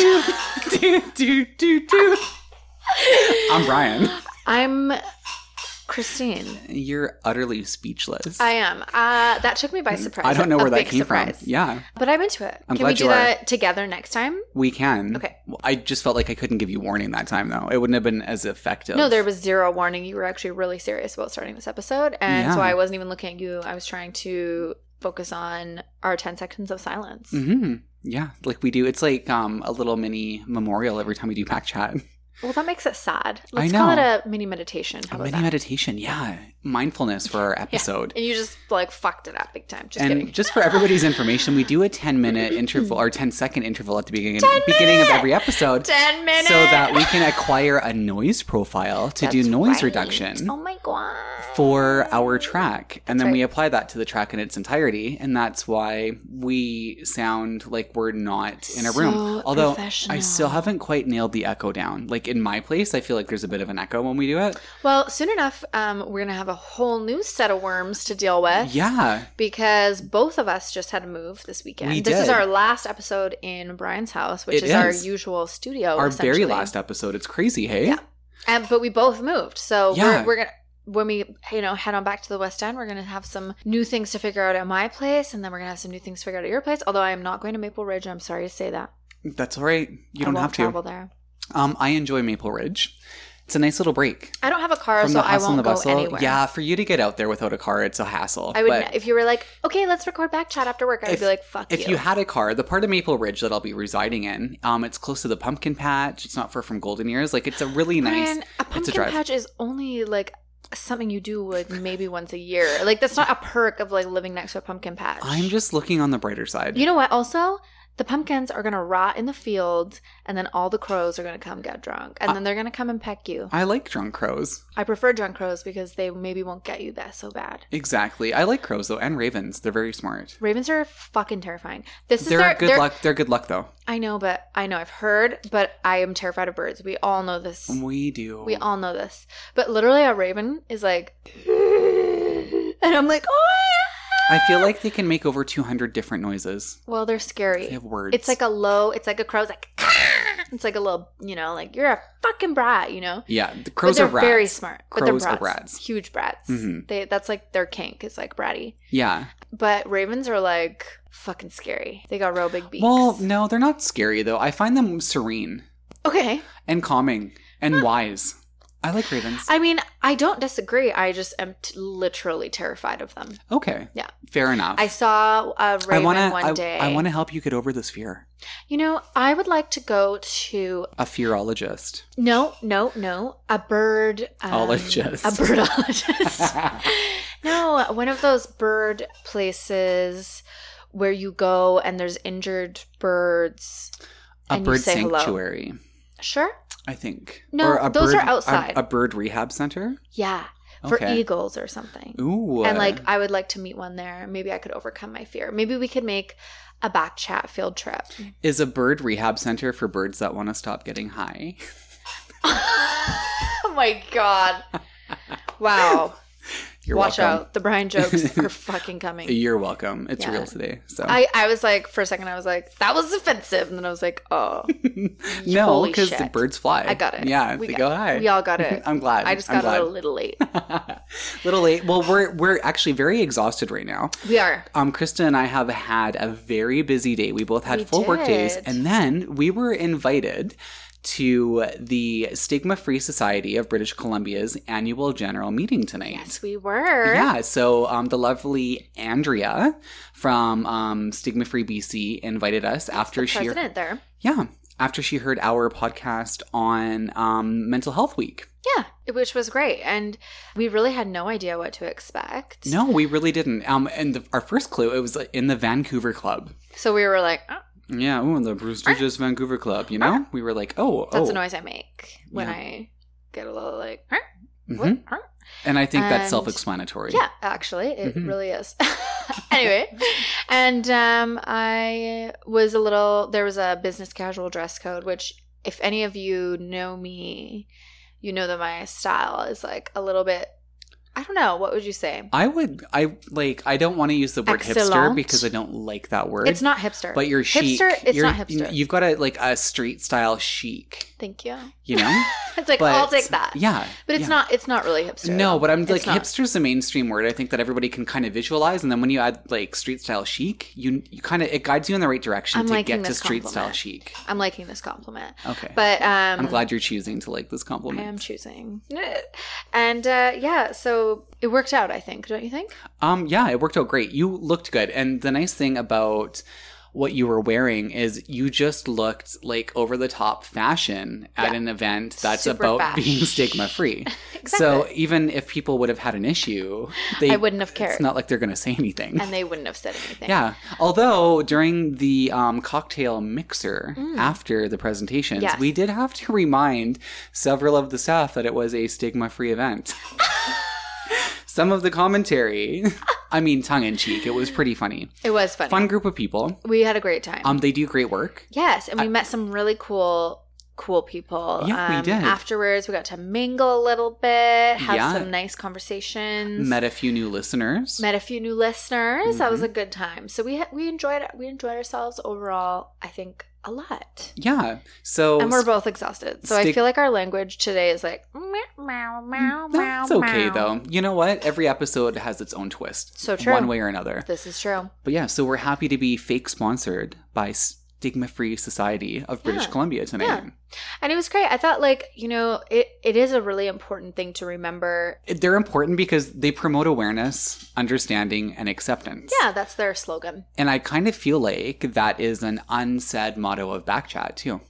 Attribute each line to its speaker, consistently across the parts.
Speaker 1: do, do, do, do, do. I'm Brian.
Speaker 2: I'm Christine.
Speaker 1: You're utterly speechless.
Speaker 2: I am. Uh, that took me by surprise.
Speaker 1: I don't know
Speaker 2: A
Speaker 1: where that
Speaker 2: big
Speaker 1: came
Speaker 2: surprise.
Speaker 1: from. Yeah,
Speaker 2: But I'm into it.
Speaker 1: I'm
Speaker 2: Can we
Speaker 1: glad
Speaker 2: do
Speaker 1: you are. Mm,
Speaker 2: that together next time?
Speaker 1: we can.
Speaker 2: Okay.
Speaker 1: Well, I just felt like I couldn't give you warning that time, though. It wouldn't have been as effective.
Speaker 2: No, there was zero warning. You were actually really serious about starting this episode. And so
Speaker 1: Yeah.
Speaker 2: I wasn't even looking at you. I was trying to focus on our 10 seconds of silence.
Speaker 1: hmm Yeah, like we do. It's like um, a little mini memorial every time we do pack chat.
Speaker 2: Well, that makes it sad.
Speaker 1: I
Speaker 2: Let's call it
Speaker 1: know.
Speaker 2: a mini meditation.
Speaker 1: A
Speaker 2: How about
Speaker 1: mini
Speaker 2: that?
Speaker 1: meditation. Yeah, mindfulness for our episode.
Speaker 2: and you just like fucked it up big time. Just
Speaker 1: and
Speaker 2: kidding.
Speaker 1: just for everybody's information, we do a 10 minute interval or 10 second interval at the beginning, beginning of
Speaker 2: minute!
Speaker 1: every episode
Speaker 2: 10 minutes.
Speaker 1: so that we can acquire a noise profile to do
Speaker 2: That's
Speaker 1: noise
Speaker 2: right.
Speaker 1: reduction
Speaker 2: Oh my god.
Speaker 1: for our track. And
Speaker 2: That's
Speaker 1: then we
Speaker 2: right.
Speaker 1: apply that to the track in its entirety. And that's why we sound like we're not in a room.
Speaker 2: So
Speaker 1: Although I
Speaker 2: professional.
Speaker 1: still haven't quite nailed the echo down. Like in my place, I feel like there's a bit of an echo when we do it.
Speaker 2: Well, soon enough, um, we're gonna have a whole new set of worms to deal with.
Speaker 1: Yeah.
Speaker 2: Because both of us just had to move this weekend.
Speaker 1: We
Speaker 2: this is
Speaker 1: did.
Speaker 2: our last episode in Brian's house, which
Speaker 1: It
Speaker 2: is our
Speaker 1: is.
Speaker 2: usual studio.
Speaker 1: Our very
Speaker 2: Oh, essentially.
Speaker 1: last episode. It's crazy, hey?
Speaker 2: Yeah. Um, but we both moved, so
Speaker 1: Yeah.
Speaker 2: we're, we're gonna when we you know head on back to the West End, we're gonna have some new things to figure out at my place, and then we're gonna have some new things figured out at your place. Although I am not going to Maple Ridge, I'm sorry to say that.
Speaker 1: That's all right. You
Speaker 2: I
Speaker 1: don't
Speaker 2: won't
Speaker 1: have to.
Speaker 2: travel there.
Speaker 1: Um, I enjoy Maple Ridge. It's a nice little break
Speaker 2: I don't have a car,
Speaker 1: from
Speaker 2: so
Speaker 1: the
Speaker 2: I
Speaker 1: hustle and
Speaker 2: won't
Speaker 1: the
Speaker 2: go
Speaker 1: bustle.
Speaker 2: anywhere.
Speaker 1: Yeah, for you to get out there without a car, it's a hassle.
Speaker 2: I would.
Speaker 1: But
Speaker 2: if you were like, okay, let's record back chat after work, I would
Speaker 1: If-
Speaker 2: be like, fuck
Speaker 1: if you had a car, the part of Maple Ridge that I'll be residing in, um, it's close to the pumpkin patch. It's not far from Golden Ears. Like it's a really nice.
Speaker 2: Brian, a pumpkin
Speaker 1: drive.
Speaker 2: patch is only like something you do like maybe once a year. Like that's not a perk of like living next to a pumpkin patch.
Speaker 1: I'm just looking on the brighter side.
Speaker 2: You know what? Also, the pumpkins are gonna rot in the field, and then all the crows are gonna come get drunk,
Speaker 1: Uh,
Speaker 2: and then they're gonna come and peck you.
Speaker 1: I like drunk crows.
Speaker 2: I prefer drunk crows because they maybe won't get you that so bad.
Speaker 1: Exactly. I like crows though, and ravens. They're very smart.
Speaker 2: Ravens are fucking terrifying. This is
Speaker 1: They're
Speaker 2: their
Speaker 1: good
Speaker 2: their-
Speaker 1: luck. They're good luck though.
Speaker 2: I know, but I know I've heard, but I am terrified of birds. We all know this.
Speaker 1: We do.
Speaker 2: We all know this. But literally, a raven is like, and I'm like, oh.
Speaker 1: I feel like they can make over 200 different noises.
Speaker 2: Well, they're scary.
Speaker 1: They have words.
Speaker 2: It's like a low. It's like a crow's like. It's like a little, you know, like you're a fucking brat, you know.
Speaker 1: yeah. The
Speaker 2: But
Speaker 1: crows
Speaker 2: they're
Speaker 1: are rats.
Speaker 2: very smart. But
Speaker 1: Crows
Speaker 2: they're
Speaker 1: are
Speaker 2: brats,
Speaker 1: brats.
Speaker 2: Huge brats.
Speaker 1: Mhm.
Speaker 2: They that's like their kink. It's like bratty.
Speaker 1: yeah.
Speaker 2: But ravens are like fucking scary. They got real big beaks.
Speaker 1: Well, no, they're not scary though. I find them serene
Speaker 2: okay.
Speaker 1: and calming and wise. I like ravens.
Speaker 2: I mean, I don't disagree. I just am t- literally terrified of them.
Speaker 1: okay.
Speaker 2: Yeah.
Speaker 1: Fair enough.
Speaker 2: I saw a
Speaker 1: I
Speaker 2: raven
Speaker 1: wanna,
Speaker 2: one
Speaker 1: I,
Speaker 2: day.
Speaker 1: I want to help you get over this fear.
Speaker 2: You know, I would like to go to
Speaker 1: A fearologist.
Speaker 2: no, no, no, a bird um,
Speaker 1: Ologist.
Speaker 2: a birdologist. no, one of those bird places where you go and there's injured birds.
Speaker 1: A
Speaker 2: And you
Speaker 1: bird
Speaker 2: say hello.
Speaker 1: sanctuary,
Speaker 2: Sure.
Speaker 1: I think.
Speaker 2: No,
Speaker 1: a
Speaker 2: those
Speaker 1: bird,
Speaker 2: are outside.
Speaker 1: A, a bird rehab center.
Speaker 2: Yeah, for
Speaker 1: Okay.
Speaker 2: eagles or something.
Speaker 1: Ooh.
Speaker 2: And like, I would like to meet one there. Maybe I could overcome my fear. Maybe we could make a back chat field trip.
Speaker 1: is a bird rehab center for birds that want to stop getting high?
Speaker 2: oh my god! Wow.
Speaker 1: You're
Speaker 2: Watch
Speaker 1: welcome.
Speaker 2: out. The Brian jokes are fucking coming.
Speaker 1: You're welcome. It's
Speaker 2: Yeah.
Speaker 1: real today. So
Speaker 2: I, I was like, for a second, I was like, that was offensive. And then I was like, oh,
Speaker 1: no,
Speaker 2: holy
Speaker 1: because the
Speaker 2: shit.
Speaker 1: birds fly.
Speaker 2: I got it.
Speaker 1: Yeah,
Speaker 2: We
Speaker 1: they
Speaker 2: got-
Speaker 1: go high.
Speaker 2: we all got it.
Speaker 1: I'm glad.
Speaker 2: I just
Speaker 1: I'm
Speaker 2: got
Speaker 1: glad.
Speaker 2: it a little late.
Speaker 1: little late. Well, we're we're actually very exhausted right now.
Speaker 2: We are.
Speaker 1: Um, Krista and I have had a very busy day. We both had
Speaker 2: We
Speaker 1: full work days,
Speaker 2: did.
Speaker 1: and then we were invited to the Stigma Free Society of British Columbia's annual general meeting tonight.
Speaker 2: Yes, we were.
Speaker 1: Yeah, so um, the lovely Andrea from um, Stigma Free BC invited us after
Speaker 2: The
Speaker 1: she
Speaker 2: president there.
Speaker 1: yeah after she heard our podcast on um, Mental Health Week.
Speaker 2: Yeah, which was great. And we really had no idea what to expect.
Speaker 1: No, we really didn't. Um, and the, our first clue it was uh, in the Vancouver Club.
Speaker 2: So we were like, oh,
Speaker 1: Yeah, oh, and the prestigious Vancouver Club. You know, we were like, oh,
Speaker 2: Ah. that's
Speaker 1: oh,
Speaker 2: a noise I make when
Speaker 1: Yeah.
Speaker 2: I get a little like, huh?
Speaker 1: mhm.
Speaker 2: what? Huh?
Speaker 1: And I think that's
Speaker 2: And-
Speaker 1: self-explanatory.
Speaker 2: Yeah, actually, it
Speaker 1: Mhm.
Speaker 2: really is. anyway, and um, I was a little. There was a business casual dress code, which, if any of you know me, you know that my style is like a little bit. I don't know. What would you say?
Speaker 1: I would I like I don't want to use the word hipster
Speaker 2: Excellent.
Speaker 1: because I don't like that word.
Speaker 2: It's not hipster.
Speaker 1: but you're chic.
Speaker 2: Hipster, it's
Speaker 1: you're,
Speaker 2: not hipster.
Speaker 1: You've got a like a street style chic,
Speaker 2: Thank you.
Speaker 1: you know?
Speaker 2: It's like
Speaker 1: But-
Speaker 2: I'll take that.
Speaker 1: yeah.
Speaker 2: But it's
Speaker 1: yeah.
Speaker 2: not. It's not really hipster.
Speaker 1: No,
Speaker 2: though.
Speaker 1: but I'm
Speaker 2: It's
Speaker 1: like
Speaker 2: not.
Speaker 1: hipster's the mainstream word. I think that everybody can kind of visualize, and then when you add like street style chic, you you kind of it guides you in the right direction
Speaker 2: I'm
Speaker 1: to
Speaker 2: liking
Speaker 1: get to
Speaker 2: this
Speaker 1: street style
Speaker 2: compliment.
Speaker 1: chic.
Speaker 2: I'm liking this compliment.
Speaker 1: Okay,
Speaker 2: But um,
Speaker 1: I'm glad you're choosing to like this
Speaker 2: I
Speaker 1: compliment.
Speaker 2: am choosing. And uh, yeah, so it worked out. I think. Don't you think?
Speaker 1: Um, yeah, it worked out great. You looked good, and the nice thing about what you were wearing is you just looked like over the top fashion at
Speaker 2: Yeah.
Speaker 1: an event that's
Speaker 2: Super
Speaker 1: about
Speaker 2: fash.
Speaker 1: being stigma free. So
Speaker 2: Exactly.
Speaker 1: even if people would have had an issue, they
Speaker 2: I wouldn't have
Speaker 1: It's
Speaker 2: cared,
Speaker 1: not like they're going to say anything.
Speaker 2: and they wouldn't have said anything.
Speaker 1: Yeah. Although during the um, cocktail mixer
Speaker 2: Mm.
Speaker 1: after the presentations,
Speaker 2: Yes.
Speaker 1: we did have to remind several of the staff that it was a stigma free event. Some of the commentary, I mean, tongue in cheek, it was pretty funny.
Speaker 2: It was funny.
Speaker 1: Fun group of people.
Speaker 2: We had a great time.
Speaker 1: Um, they do great work.
Speaker 2: Yes, and we met some really cool cool people.
Speaker 1: Yeah, we
Speaker 2: um,
Speaker 1: did.
Speaker 2: Afterwards, we got to mingle a little bit, have
Speaker 1: Yeah.
Speaker 2: some nice conversations.
Speaker 1: Met a few new listeners.
Speaker 2: Mm. Met a few new listeners. That was
Speaker 1: Mhm.
Speaker 2: a good time. So we ha- we enjoyed we enjoyed ourselves overall. I think a lot,
Speaker 1: yeah. So
Speaker 2: and we're both exhausted. So I
Speaker 1: stick- Mm,
Speaker 2: feel like our language today is like meow meow meow meow.
Speaker 1: that's okay,
Speaker 2: meow.
Speaker 1: though. You know what? Every episode has its own twist,
Speaker 2: So true.
Speaker 1: one way or another.
Speaker 2: This is true.
Speaker 1: But yeah, so we're happy to be fake sponsored by Stigma Free Society of British
Speaker 2: Yeah.
Speaker 1: Columbia tonight.
Speaker 2: Yeah. And it was great. I thought like, you know, it, it is a really important thing to remember.
Speaker 1: It- They're important because they promote awareness, understanding, and acceptance.
Speaker 2: Yeah, that's their slogan.
Speaker 1: And I kind of feel like that is an unsaid motto of Backchat, too.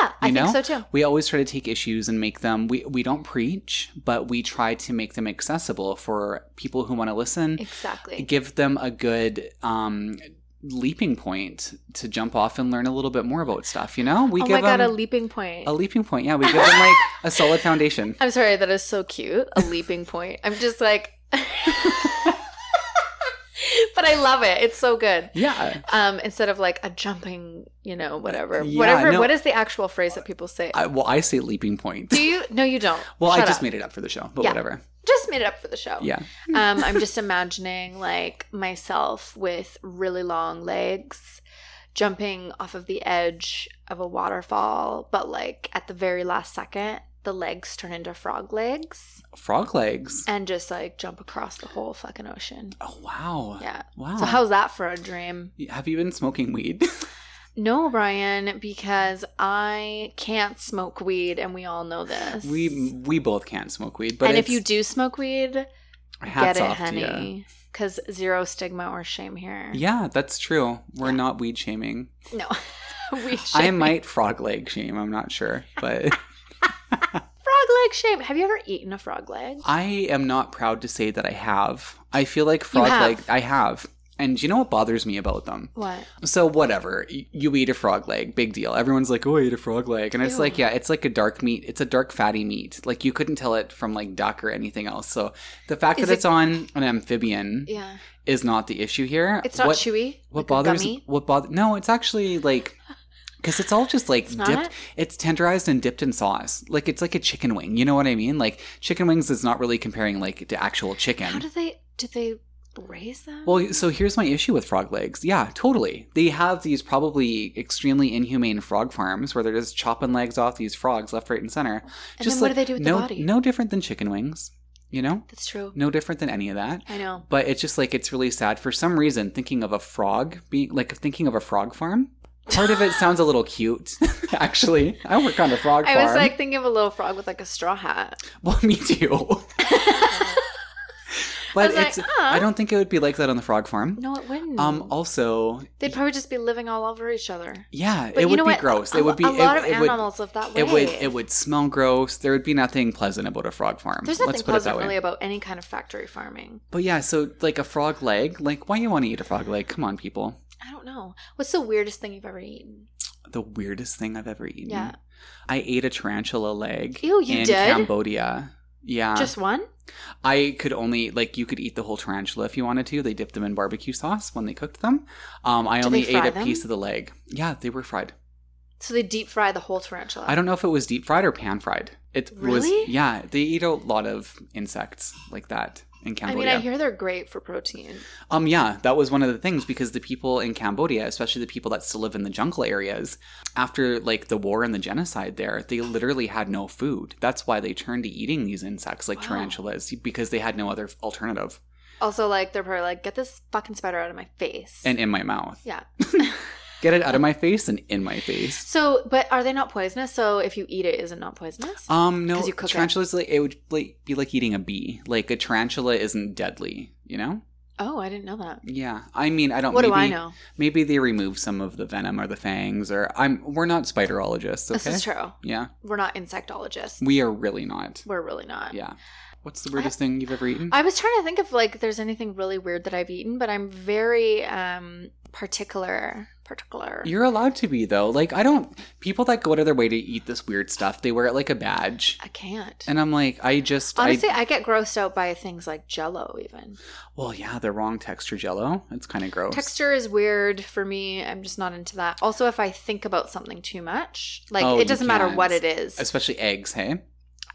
Speaker 2: Yeah, I
Speaker 1: You know?
Speaker 2: think so too.
Speaker 1: We always try to take issues and make them, we, we don't preach, but we try to make them accessible for people who want to listen,
Speaker 2: Exactly.
Speaker 1: give them a good um, leaping point to jump off and learn a little bit more about stuff, you know? We
Speaker 2: oh
Speaker 1: give
Speaker 2: my god,
Speaker 1: them,
Speaker 2: a leaping point.
Speaker 1: A leaping point, yeah. We give them like a solid foundation.
Speaker 2: I'm sorry, that is so cute. A leaping point. I'm just like But I love it. It's so good.
Speaker 1: Yeah.
Speaker 2: Um, instead of like a jumping, you know, whatever.
Speaker 1: Yeah,
Speaker 2: whatever
Speaker 1: no.
Speaker 2: what is the actual phrase that people say?
Speaker 1: I, well, I say leaping point.
Speaker 2: Do you no you don't.
Speaker 1: Well, I
Speaker 2: Shut
Speaker 1: just
Speaker 2: up.
Speaker 1: made it up for the show, but
Speaker 2: Yeah.
Speaker 1: whatever.
Speaker 2: just made it up for the show.
Speaker 1: Yeah.
Speaker 2: um, I'm just imagining like myself with really long legs jumping off of the edge of a waterfall, but like at the very last second, the legs turn into frog legs
Speaker 1: Frog legs.
Speaker 2: and just like jump across the whole fucking ocean.
Speaker 1: Oh wow.
Speaker 2: Yeah.
Speaker 1: Wow.
Speaker 2: So, how's that for a dream?
Speaker 1: Have you been smoking weed?
Speaker 2: No, Brian, because I can't smoke weed and we all know this.
Speaker 1: we we both can't smoke weed, but
Speaker 2: and if
Speaker 1: it's-
Speaker 2: you do smoke weed,
Speaker 1: hats
Speaker 2: get it,
Speaker 1: off to you.
Speaker 2: honey. Because zero stigma or shame here.
Speaker 1: Yeah, that's true. We're
Speaker 2: Yeah.
Speaker 1: not weed shaming.
Speaker 2: No. we should.
Speaker 1: I might frog leg shame. I'm not sure, but
Speaker 2: Frog leg shame. Have you ever eaten a frog leg?
Speaker 1: I am not proud to say that I have. I feel like frog
Speaker 2: have.
Speaker 1: leg. I have, and you know what bothers me about them?
Speaker 2: What?
Speaker 1: So whatever, Y- you eat a frog leg, big deal. Everyone's like, "Oh, I ate a frog leg," and it's
Speaker 2: Ew.
Speaker 1: like, yeah, it's like a dark meat. It's a dark fatty meat. Like you couldn't tell it from like duck or anything else. So the fact
Speaker 2: Is
Speaker 1: that
Speaker 2: it-
Speaker 1: it's on an amphibian
Speaker 2: Yeah.
Speaker 1: is not the issue here.
Speaker 2: It's not
Speaker 1: what,
Speaker 2: chewy.
Speaker 1: What
Speaker 2: like a
Speaker 1: bothers?
Speaker 2: gummy?
Speaker 1: What bother? No, it's actually like. Because it's all just like
Speaker 2: It's
Speaker 1: dipped,
Speaker 2: not?
Speaker 1: it's tenderized and dipped in sauce. Like it's like a chicken wing. You know what I mean? Like chicken wings is not really comparing like to actual chicken.
Speaker 2: How do they do they raise them?
Speaker 1: Well, so here's my issue with frog legs. Yeah, totally. They have these probably extremely inhumane frog farms where they're just chopping legs off these frogs left, right, and center.
Speaker 2: and
Speaker 1: just
Speaker 2: then
Speaker 1: like,
Speaker 2: what do they do with
Speaker 1: no,
Speaker 2: the body?
Speaker 1: No different than chicken wings, you know?
Speaker 2: That's true.
Speaker 1: No different than any of that.
Speaker 2: I know.
Speaker 1: But it's just like it's really sad for some reason. Thinking of a frog being like thinking of a frog farm. Part of it sounds a little cute, actually. I work on a frog
Speaker 2: I
Speaker 1: farm.
Speaker 2: was like thinking of a little frog with like a straw hat.
Speaker 1: well, me too.
Speaker 2: I
Speaker 1: But
Speaker 2: was like,
Speaker 1: it's.
Speaker 2: huh?
Speaker 1: I don't think it would be like that on the frog farm.
Speaker 2: No, it wouldn't.
Speaker 1: Um. Also,
Speaker 2: They'd probably just be living all over each other.
Speaker 1: Yeah,
Speaker 2: But
Speaker 1: it
Speaker 2: you
Speaker 1: would
Speaker 2: know
Speaker 1: be
Speaker 2: what?
Speaker 1: gross.
Speaker 2: A,
Speaker 1: it would be
Speaker 2: a lot
Speaker 1: it,
Speaker 2: of
Speaker 1: it would,
Speaker 2: animals live that way.
Speaker 1: It would it would smell gross. There would be nothing pleasant about a frog farm.
Speaker 2: There's
Speaker 1: Let's
Speaker 2: nothing
Speaker 1: put it that
Speaker 2: pleasant
Speaker 1: way.
Speaker 2: really about any kind of factory farming.
Speaker 1: But yeah, so like a frog leg, like why you want to eat a frog leg? Come on, people.
Speaker 2: I don't know. What's the weirdest thing you've ever eaten?
Speaker 1: The weirdest thing I've ever eaten.
Speaker 2: Yeah.
Speaker 1: I ate a tarantula leg
Speaker 2: Ew, you
Speaker 1: in
Speaker 2: did?
Speaker 1: Cambodia. Yeah.
Speaker 2: Just one?
Speaker 1: I could only like you could eat the whole tarantula if you wanted to. They dipped them in barbecue sauce when they cooked them. Um, I
Speaker 2: Did
Speaker 1: only
Speaker 2: they
Speaker 1: ate
Speaker 2: fry
Speaker 1: a
Speaker 2: them?
Speaker 1: piece of the leg. Yeah, they were fried.
Speaker 2: So they deep fry the whole tarantula.
Speaker 1: I don't know if it was deep fried or pan fried. It was
Speaker 2: Really?
Speaker 1: yeah, they eat a lot of insects like that. in
Speaker 2: I
Speaker 1: Cambodia.
Speaker 2: mean, I hear they're great for protein.
Speaker 1: Um, yeah, that was one of the things because the people in Cambodia, especially the people that still live in the jungle areas, after like the war and the genocide there, they literally had no food. That's why they turned to eating these insects like
Speaker 2: Wow.
Speaker 1: tarantulas because they had no other alternative.
Speaker 2: Also, like they're probably like, get this fucking spider out of my face.
Speaker 1: And in my mouth.
Speaker 2: yeah.
Speaker 1: Get it out of my face and in my face.
Speaker 2: So, but are they not poisonous? So if you eat it, is it not poisonous?
Speaker 1: Um, no,
Speaker 2: 'Cause you cook it.
Speaker 1: tarantulas, like, it would like, be like eating a bee. Like a tarantula isn't deadly, you know?
Speaker 2: oh, I didn't know that.
Speaker 1: Yeah. I mean, I don't
Speaker 2: What do I
Speaker 1: Oh, maybe-
Speaker 2: know?
Speaker 1: Maybe they remove some of the venom or the fangs or I'm, we're not spiderologists, okay?
Speaker 2: This is true.
Speaker 1: Yeah.
Speaker 2: We're not insectologists.
Speaker 1: We are really not.
Speaker 2: We're really not.
Speaker 1: Yeah. What's the weirdest thing you've ever eaten?
Speaker 2: I was trying to think of like there's anything really weird that I've eaten, but I'm very um particular. Particular.
Speaker 1: You're allowed to be though. Like I don't people that go out of their way to eat this weird stuff, they wear it like a badge.
Speaker 2: I can't.
Speaker 1: And I'm like, I just
Speaker 2: Honestly,
Speaker 1: I
Speaker 2: I get grossed out by things like jello even.
Speaker 1: well, yeah, the wrong texture jello. It's kind of gross.
Speaker 2: Texture is weird for me. I'm just not into that. Also, if I think about something too much, like
Speaker 1: Oh, you
Speaker 2: it doesn't matter
Speaker 1: can't.
Speaker 2: what it is.
Speaker 1: Especially eggs, hey?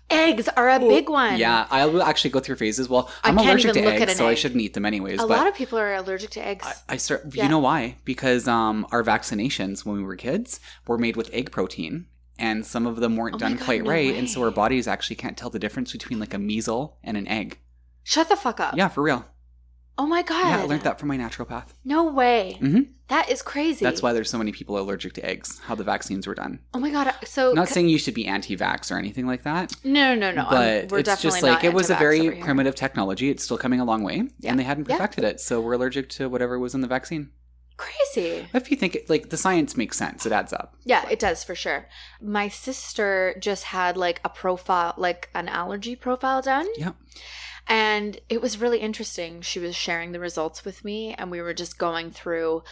Speaker 2: Eggs are a
Speaker 1: Oh,
Speaker 2: big one.
Speaker 1: Yeah, I will actually go through phases. Well,
Speaker 2: I
Speaker 1: I'm
Speaker 2: can't
Speaker 1: allergic to
Speaker 2: even look at
Speaker 1: eggs,
Speaker 2: an
Speaker 1: so I
Speaker 2: egg.
Speaker 1: shouldn't eat them anyways.
Speaker 2: A
Speaker 1: but
Speaker 2: lot of people are allergic to eggs.
Speaker 1: I, I start.
Speaker 2: Yeah.
Speaker 1: You know why? Because um, our vaccinations when we were kids were made with egg protein, and some of them weren't
Speaker 2: Oh my
Speaker 1: done
Speaker 2: God,
Speaker 1: quite
Speaker 2: no
Speaker 1: right, and so
Speaker 2: way.
Speaker 1: our bodies actually can't tell the difference between like a measle and an egg.
Speaker 2: Shut the fuck up.
Speaker 1: Yeah, for real.
Speaker 2: Oh my Uh, god.
Speaker 1: Yeah, I learned that from my naturopath.
Speaker 2: No way.
Speaker 1: Mhm.
Speaker 2: That is crazy.
Speaker 1: That's why there's so many people allergic to eggs. How the vaccines were done.
Speaker 2: Oh my god. So
Speaker 1: Not saying you should be anti-vax or anything like that,
Speaker 2: no, no, no.
Speaker 1: but
Speaker 2: I'm- we're
Speaker 1: it's
Speaker 2: definitely
Speaker 1: just like
Speaker 2: not
Speaker 1: it was a
Speaker 2: anti-vax
Speaker 1: very
Speaker 2: over here.
Speaker 1: primitive technology. It's still coming a long way,
Speaker 2: Yeah.
Speaker 1: and they hadn't
Speaker 2: Yeah.
Speaker 1: perfected it, so we're allergic to whatever was in the vaccine.
Speaker 2: Crazy.
Speaker 1: If you think it, like the science makes sense, it adds up.
Speaker 2: Yeah, it does for sure. My sister just had like a profile, like an allergy profile done.
Speaker 1: Yeah.
Speaker 2: And it was really interesting. She was sharing the results with me, and we were just going through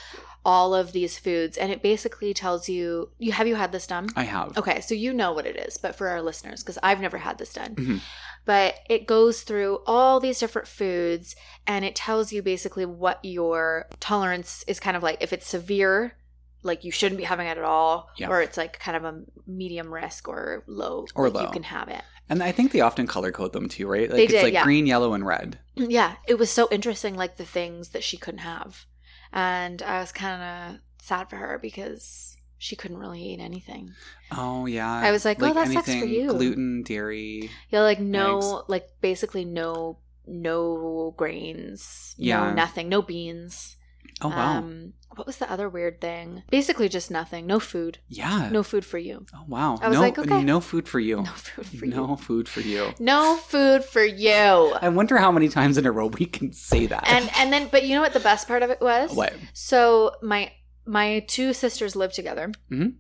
Speaker 2: all of these foods. And it basically tells you, you have you had this done?
Speaker 1: I have.
Speaker 2: Okay, so you know what it is, but for our listeners, because I've never had this done,
Speaker 1: Mhm.
Speaker 2: but it goes through all these different foods and it tells you basically what your tolerance is kind of like. If it's severe, like you shouldn't be having it at all,
Speaker 1: Yeah.
Speaker 2: or it's like kind of a medium risk or low,
Speaker 1: Or
Speaker 2: like
Speaker 1: low.
Speaker 2: you can have it.
Speaker 1: And I think they often color code them too, right? Like
Speaker 2: They
Speaker 1: it's
Speaker 2: did,
Speaker 1: like
Speaker 2: yeah.
Speaker 1: green, yellow, and red.
Speaker 2: Yeah, it was so interesting, like the things that she couldn't have, and I was kind of sad for her because she couldn't really eat anything.
Speaker 1: Oh yeah.
Speaker 2: I was like, oh, that sucks for you.
Speaker 1: Gluten, dairy.
Speaker 2: Yeah, like no, like basically no, no grains,
Speaker 1: Yeah.
Speaker 2: no nothing, no beans.
Speaker 1: Oh wow.
Speaker 2: Um, what was the other weird thing? Basically, just nothing, no food,
Speaker 1: yeah.
Speaker 2: no food for you,
Speaker 1: oh wow.
Speaker 2: I was
Speaker 1: no,
Speaker 2: like, okay.
Speaker 1: no food for you.
Speaker 2: no food for
Speaker 1: No
Speaker 2: you,
Speaker 1: food for you.
Speaker 2: no food for you.
Speaker 1: I wonder how many times in a row we can say that.
Speaker 2: And and then, but you know what the best part of it was?
Speaker 1: what?
Speaker 2: So my my two sisters live together.
Speaker 1: Mhm.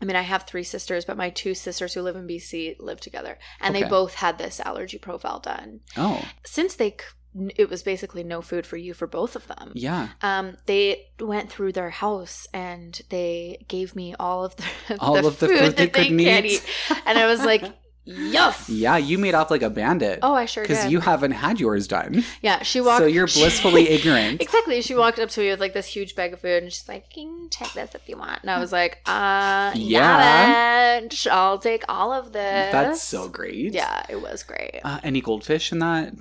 Speaker 2: I mean, I have three sisters, but my two sisters who live in BC live together, and they
Speaker 1: Okay.
Speaker 2: both had this allergy profile done.
Speaker 1: Oh
Speaker 2: Since they, c- it was basically no food for you for both of them.
Speaker 1: yeah.
Speaker 2: um, they went through their house and they gave me all of the,
Speaker 1: All
Speaker 2: the
Speaker 1: of the food they couldn't eat.
Speaker 2: and I was like, "Yuff!"
Speaker 1: Yeah, you made off like a bandit
Speaker 2: Oh, I sure
Speaker 1: because
Speaker 2: did.
Speaker 1: you haven't had yours done.
Speaker 2: yeah, she walked.
Speaker 1: so you're
Speaker 2: she-
Speaker 1: blissfully ignorant.
Speaker 2: exactly. She walked up to me with like this huge bag of food, and she's like, "You can take this if you want." And I was like, "Uh,
Speaker 1: Yeah.
Speaker 2: yeah, bitch, I'll take all of this."
Speaker 1: That's so great.
Speaker 2: Yeah, it was great.
Speaker 1: Uh, any goldfish in that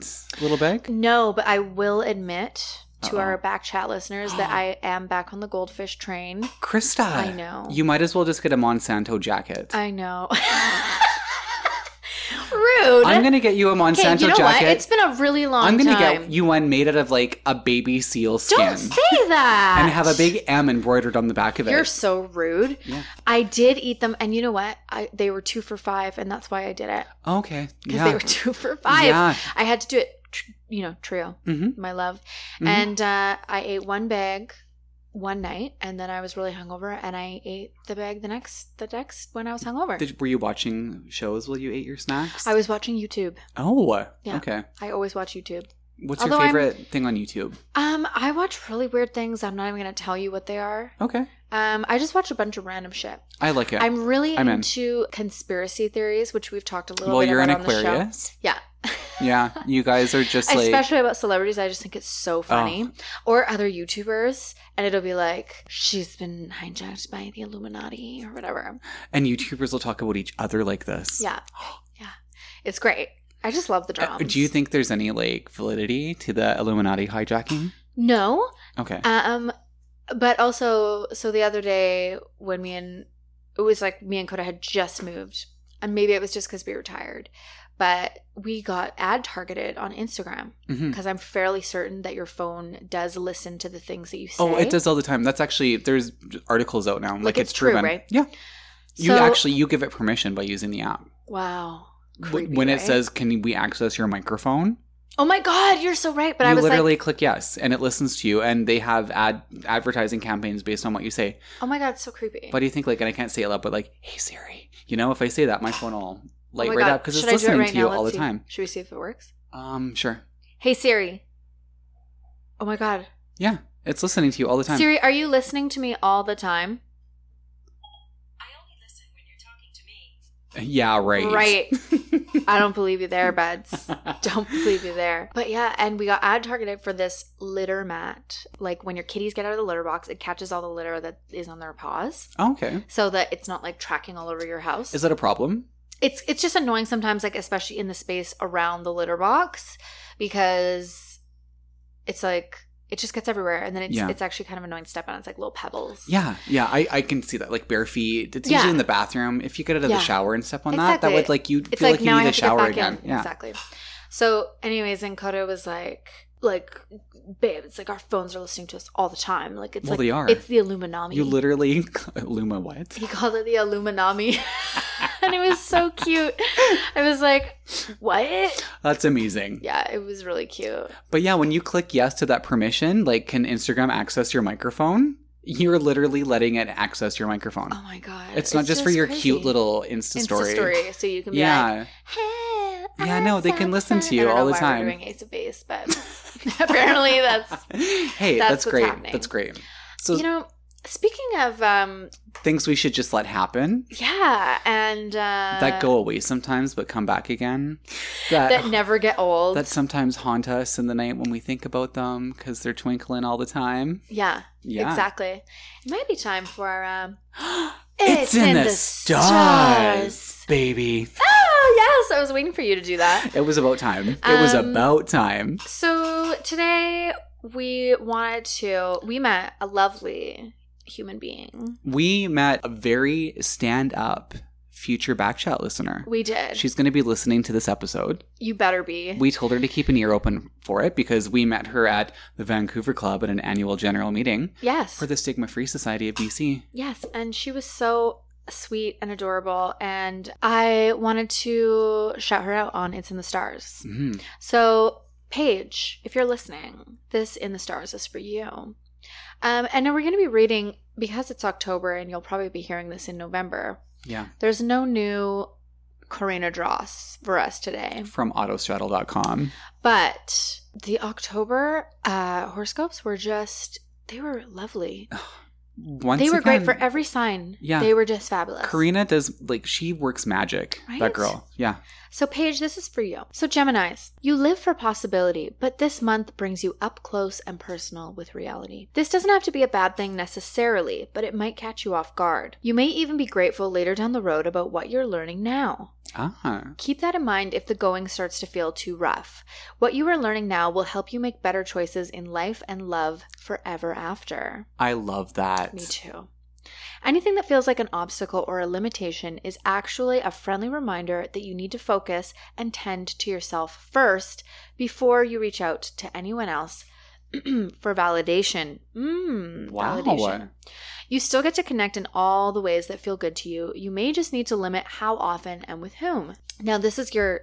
Speaker 1: little bag?
Speaker 2: No, but I will admit to
Speaker 1: Uh-oh. Uh-huh.
Speaker 2: our back chat listeners that I am back on the goldfish train.
Speaker 1: Krista.
Speaker 2: I know.
Speaker 1: Uh, You might as well just get a Monsanto jacket.
Speaker 2: I know. Rude.
Speaker 1: I'm gonna get you a
Speaker 2: Okay,
Speaker 1: Monsanto
Speaker 2: you know what?
Speaker 1: jacket.
Speaker 2: It's been a really long
Speaker 1: I'm gonna
Speaker 2: time.
Speaker 1: get you one made out of like a baby seal skin
Speaker 2: Don't say that.
Speaker 1: and have a big M embroidered on the back of it.
Speaker 2: You're so rude.
Speaker 1: Yeah.
Speaker 2: I did eat them, and you know what? I, they were two for five, and that's why I did it
Speaker 1: okay.
Speaker 2: because
Speaker 1: Yeah.
Speaker 2: they were two for five.
Speaker 1: Yeah.
Speaker 2: I had to do it, tr- you know, trio,
Speaker 1: hmm
Speaker 2: my love.
Speaker 1: Mhm.
Speaker 2: And uh, I ate one bag one night, and then I was really hungover, and I ate the bag the next, the next when I was hungover.
Speaker 1: Did, were you watching shows while you ate your snacks?
Speaker 2: I was watching YouTube.
Speaker 1: Oh.
Speaker 2: Yeah.
Speaker 1: Okay.
Speaker 2: I always watch YouTube.
Speaker 1: What's
Speaker 2: Although
Speaker 1: your
Speaker 2: I'm-
Speaker 1: favorite thing on YouTube?
Speaker 2: Um, I watch really weird things. I'm not even gonna tell you what they are.
Speaker 1: Okay.
Speaker 2: Um, I just watch a bunch of random shit.
Speaker 1: I like it.
Speaker 2: I'm really
Speaker 1: I'm in.
Speaker 2: into conspiracy theories, which we've talked a little
Speaker 1: well,
Speaker 2: bit
Speaker 1: you're an
Speaker 2: about on the show.
Speaker 1: Aquarius.
Speaker 2: Yeah.
Speaker 1: yeah. You guys are just like. Oh.
Speaker 2: Especially about celebrities, I just think it's so funny. Or other YouTubers, and it'll be like, she's been hijacked by the Illuminati or whatever.
Speaker 1: and YouTubers will talk about each other like this.
Speaker 2: Yeah. Yeah. It's great. I just love the
Speaker 1: Uh,
Speaker 2: drums.
Speaker 1: do you think there's any like validity to the Illuminati hijacking?
Speaker 2: No.
Speaker 1: Okay.
Speaker 2: Um, but also, so the other day when me and it was like me and Coda had just moved, and maybe it was just because we were tired, but we got ad targeted on Instagram
Speaker 1: Mhm.
Speaker 2: because I'm fairly certain that your phone does listen to the things that you say.
Speaker 1: Oh, it does all the time. That's actually there's articles out now. Like,
Speaker 2: it's
Speaker 1: it's,
Speaker 2: true,
Speaker 1: proven.
Speaker 2: right?
Speaker 1: Yeah. You
Speaker 2: So-
Speaker 1: actually you give it permission by using the app.
Speaker 2: Wow.
Speaker 1: Wh-
Speaker 2: Creepy,
Speaker 1: when it
Speaker 2: right?
Speaker 1: says, "Can we access your microphone?"
Speaker 2: "Oh my God, you're so right," but
Speaker 1: you
Speaker 2: I was
Speaker 1: literally
Speaker 2: like,
Speaker 1: click yes, and it listens to you. And they have ad advertising campaigns based on what you say.
Speaker 2: "Oh my God, it's so creepy."
Speaker 1: What do you think? Like, and I can't say it loud, but like, "Hey Siri," you know, if I say that, my phone will
Speaker 2: Oh my
Speaker 1: light right
Speaker 2: God,
Speaker 1: up because it's
Speaker 2: should I do it
Speaker 1: listening
Speaker 2: right
Speaker 1: to you
Speaker 2: now?
Speaker 1: all the
Speaker 2: Let's see.
Speaker 1: time.
Speaker 2: Should we see if it works?
Speaker 1: Um, sure.
Speaker 2: Hey Siri. Oh my God,
Speaker 1: Yeah, it's listening to you all the time.
Speaker 2: Siri, are you listening to me all the time?
Speaker 3: I only listen when you're talking to me.
Speaker 1: Yeah, right.
Speaker 2: I don't believe you there, buds. Don't believe you there. But yeah, and we got ad targeted for this litter mat. Like when your kitties get out of the litter box, it catches all the litter that is on their paws
Speaker 1: okay.
Speaker 2: so that it's not like tracking all over your house.
Speaker 1: Is that a problem?
Speaker 2: it's it's just annoying sometimes like especially in the space around the litter box because it's like it just gets everywhere and then it's
Speaker 1: Yeah.
Speaker 2: it's actually kind of annoying to step on. It's like little pebbles.
Speaker 1: Yeah, yeah, I, I can see that. Like bare feet. It's
Speaker 2: Yeah.
Speaker 1: usually in the bathroom. If you get out of
Speaker 2: Yeah.
Speaker 1: the shower and step on that, that
Speaker 2: Exactly.
Speaker 1: would like you
Speaker 2: it's
Speaker 1: feel
Speaker 2: like,
Speaker 1: like, you
Speaker 2: now
Speaker 1: need
Speaker 2: I
Speaker 1: a
Speaker 2: have to get
Speaker 1: shower
Speaker 2: back
Speaker 1: again.
Speaker 2: in.
Speaker 1: Yeah.
Speaker 2: Exactly. So, anyways, and Koda was like, like, babe, it's like our phones are listening to us all the time. Like, it's
Speaker 1: Well,
Speaker 2: like
Speaker 1: they are.
Speaker 2: it's the Illuminati.
Speaker 1: You literally Luma what?
Speaker 2: he called it the Illuminati, and it was so cute. I was like, what?
Speaker 1: That's amazing.
Speaker 2: Yeah, it was really cute.
Speaker 1: But yeah, when you click yes to that permission, like can Instagram access your microphone? You're literally letting it access your microphone.
Speaker 2: Oh my god,
Speaker 1: it's, not just, for your
Speaker 2: crazy.
Speaker 1: cute little Insta,
Speaker 2: Insta
Speaker 1: story.
Speaker 2: So you can be
Speaker 1: Yeah.
Speaker 2: like, hey,
Speaker 1: Yeah, no, they can listen to you
Speaker 2: I don't know
Speaker 1: all the
Speaker 2: why
Speaker 1: time.
Speaker 2: We're doing Ace of Base, but apparently that's
Speaker 1: hey, that's,
Speaker 2: that's what's
Speaker 1: great.
Speaker 2: happening.
Speaker 1: That's great. So
Speaker 2: you know. Speaking of um,
Speaker 1: things we should just let happen
Speaker 2: Yeah, and uh,
Speaker 1: that go away sometimes but come back again. That
Speaker 2: that never get old.
Speaker 1: that sometimes haunt us in the night when we think about them because they're twinkling all the time.
Speaker 2: yeah,
Speaker 1: Yeah.
Speaker 2: exactly. It might be time for um.
Speaker 1: It's, in, the, stars, baby.
Speaker 2: Oh yes, I was waiting for you to do that.
Speaker 1: It was about time. It was
Speaker 2: Um,
Speaker 1: about time.
Speaker 2: So today we wanted to. We met a lovely human being.
Speaker 1: We met a very stand up future backchat listener.
Speaker 2: We did.
Speaker 1: She's going to be listening to this episode.
Speaker 2: you better be.
Speaker 1: We told her to keep an ear open for it because we met her at the Vancouver Club at an annual general meeting
Speaker 2: yes.
Speaker 1: for the Stigma Free Society of BC.
Speaker 2: Yes, and she was so sweet and adorable, and I wanted to shout her out on "It's in the Stars."
Speaker 1: Mhm.
Speaker 2: So, Paige, if you're listening, this in the stars is for you. Um, and now we're going to be reading because it's October, and you'll probably be hearing this in November.
Speaker 1: Yeah.
Speaker 2: There's no new Karina Dross for us today,
Speaker 1: From autostraddle.com.
Speaker 2: but the October uh, horoscopes were just. They were lovely.
Speaker 1: Once
Speaker 2: they were great
Speaker 1: again,
Speaker 2: for every sign.
Speaker 1: Yeah.
Speaker 2: They were just fabulous.
Speaker 1: Karina does like she works magic.
Speaker 2: Right?
Speaker 1: That girl. Yeah.
Speaker 2: So, Paige, this is for you. So, Geminis, you live for possibility, but this month brings you up close and personal with reality. This doesn't have to be a bad thing necessarily, but it might catch you off guard. You may even be grateful later down the road about what you're learning now.
Speaker 1: Ah.
Speaker 2: Keep that in mind if the going starts to feel too rough. What you are learning now will help you make better choices in life and love forever after.
Speaker 1: I love that.
Speaker 2: Me too. Anything that feels like an obstacle or a limitation is actually a friendly reminder that you need to focus and tend to yourself first before you reach out to anyone else for validation. Mm,
Speaker 1: Wow.
Speaker 2: Validation. You still get to connect in all the ways that feel good to you. You may just need to limit how often and with whom. Now, this is your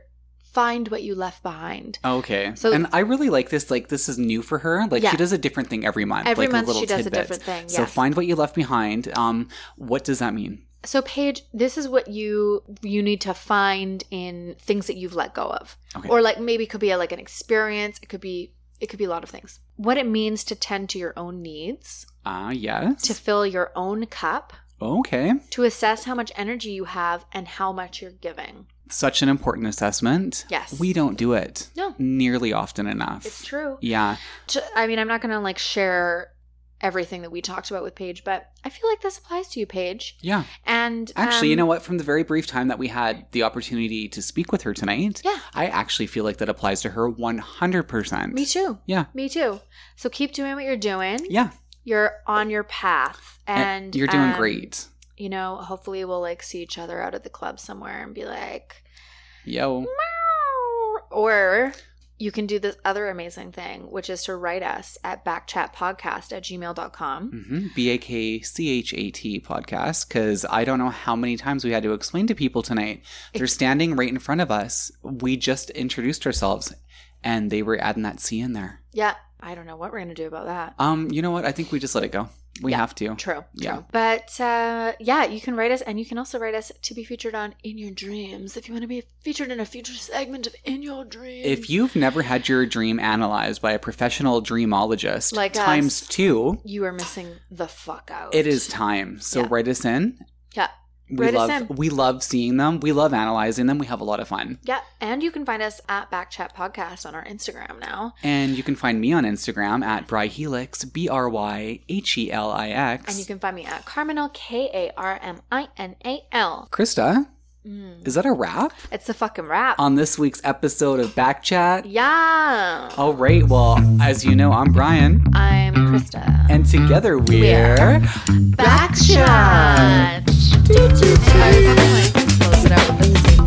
Speaker 2: find what you left behind.
Speaker 1: Okay.
Speaker 2: So-
Speaker 1: and I really like this. Like this is new for her. Like
Speaker 2: Yeah.
Speaker 1: she does a different thing every month.
Speaker 2: Every
Speaker 1: like a
Speaker 2: month
Speaker 1: little
Speaker 2: she does
Speaker 1: tidbit.
Speaker 2: a different thing.
Speaker 1: So
Speaker 2: yes.
Speaker 1: find what you left behind. Um, what does that mean?
Speaker 2: So Paige, this is what you you need to find in things that you've let go of.
Speaker 1: Okay.
Speaker 2: Or like maybe it could be like an experience, it could be it could be a lot of things. What it means to tend to your own needs,
Speaker 1: Ah, yes.
Speaker 2: to fill your own cup,
Speaker 1: okay.
Speaker 2: to assess how much energy you have and how much you're giving.
Speaker 1: Such an important assessment.
Speaker 2: Yes.
Speaker 1: We don't do it
Speaker 2: No.
Speaker 1: nearly often enough.
Speaker 2: It's true.
Speaker 1: Yeah.
Speaker 2: T- I mean, I'm not going to like share everything that we talked about with Paige, but I feel like this applies to you, Paige.
Speaker 1: Yeah.
Speaker 2: And
Speaker 1: Actually,
Speaker 2: um,
Speaker 1: you know what? From the very brief time that we had the opportunity to speak with her tonight,
Speaker 2: Yeah.
Speaker 1: I actually feel like that applies to her 100%.
Speaker 2: Me too.
Speaker 1: Yeah.
Speaker 2: Me too. So keep doing what you're doing.
Speaker 1: Yeah.
Speaker 2: You're on your path, and,
Speaker 1: You're doing
Speaker 2: um,
Speaker 1: great.
Speaker 2: You know, hopefully we'll like see each other out at the club somewhere and be like,
Speaker 1: Yo.
Speaker 2: Or you can do this other amazing thing, which is to write us at backchatpodcast at gmail.com.
Speaker 1: Mm-hmm. B A K C H A T podcast, because I don't know how many times we had to explain to people tonight. They're
Speaker 2: Ex-
Speaker 1: standing right in front of us. We just introduced ourselves and they were adding that C in there.
Speaker 2: Yeah, I don't know what we're going to do about that.
Speaker 1: Um, you know what? I think we just let it go. We
Speaker 2: Yeah.
Speaker 1: have to.
Speaker 2: True.
Speaker 1: Oh, Yeah.
Speaker 2: True. But uh, yeah, you can write us, and you can also write us to be featured on In Your Dreams if you want to be featured in a future segment of In Your Dreams.
Speaker 1: If you've never had your dream analyzed by a professional dreamologist
Speaker 2: Like us.
Speaker 1: times two,
Speaker 2: you are missing the fuck out.
Speaker 1: It is time. So
Speaker 2: Yeah.
Speaker 1: write us in.
Speaker 2: Yeah.
Speaker 1: We
Speaker 2: Write us
Speaker 1: love
Speaker 2: in.
Speaker 1: we love seeing them. We love analyzing them. We have a lot of fun.
Speaker 2: Yeah, and you can find us at Backchat Podcast on our Instagram now,
Speaker 1: And you can find me on Instagram at Bry Helix, B R Y H E L I X.
Speaker 2: and you can find me at Carminal K A R M I N A L.
Speaker 1: Krista,
Speaker 2: Mm.
Speaker 1: is that a wrap
Speaker 2: It's a fucking wrap.
Speaker 1: on this week's episode of Back Chat?
Speaker 2: yeah.
Speaker 1: All right. Well, as you know, I'm Brian,
Speaker 2: I'm Krista.
Speaker 1: and together we're,
Speaker 2: Backshot. Close it out with this.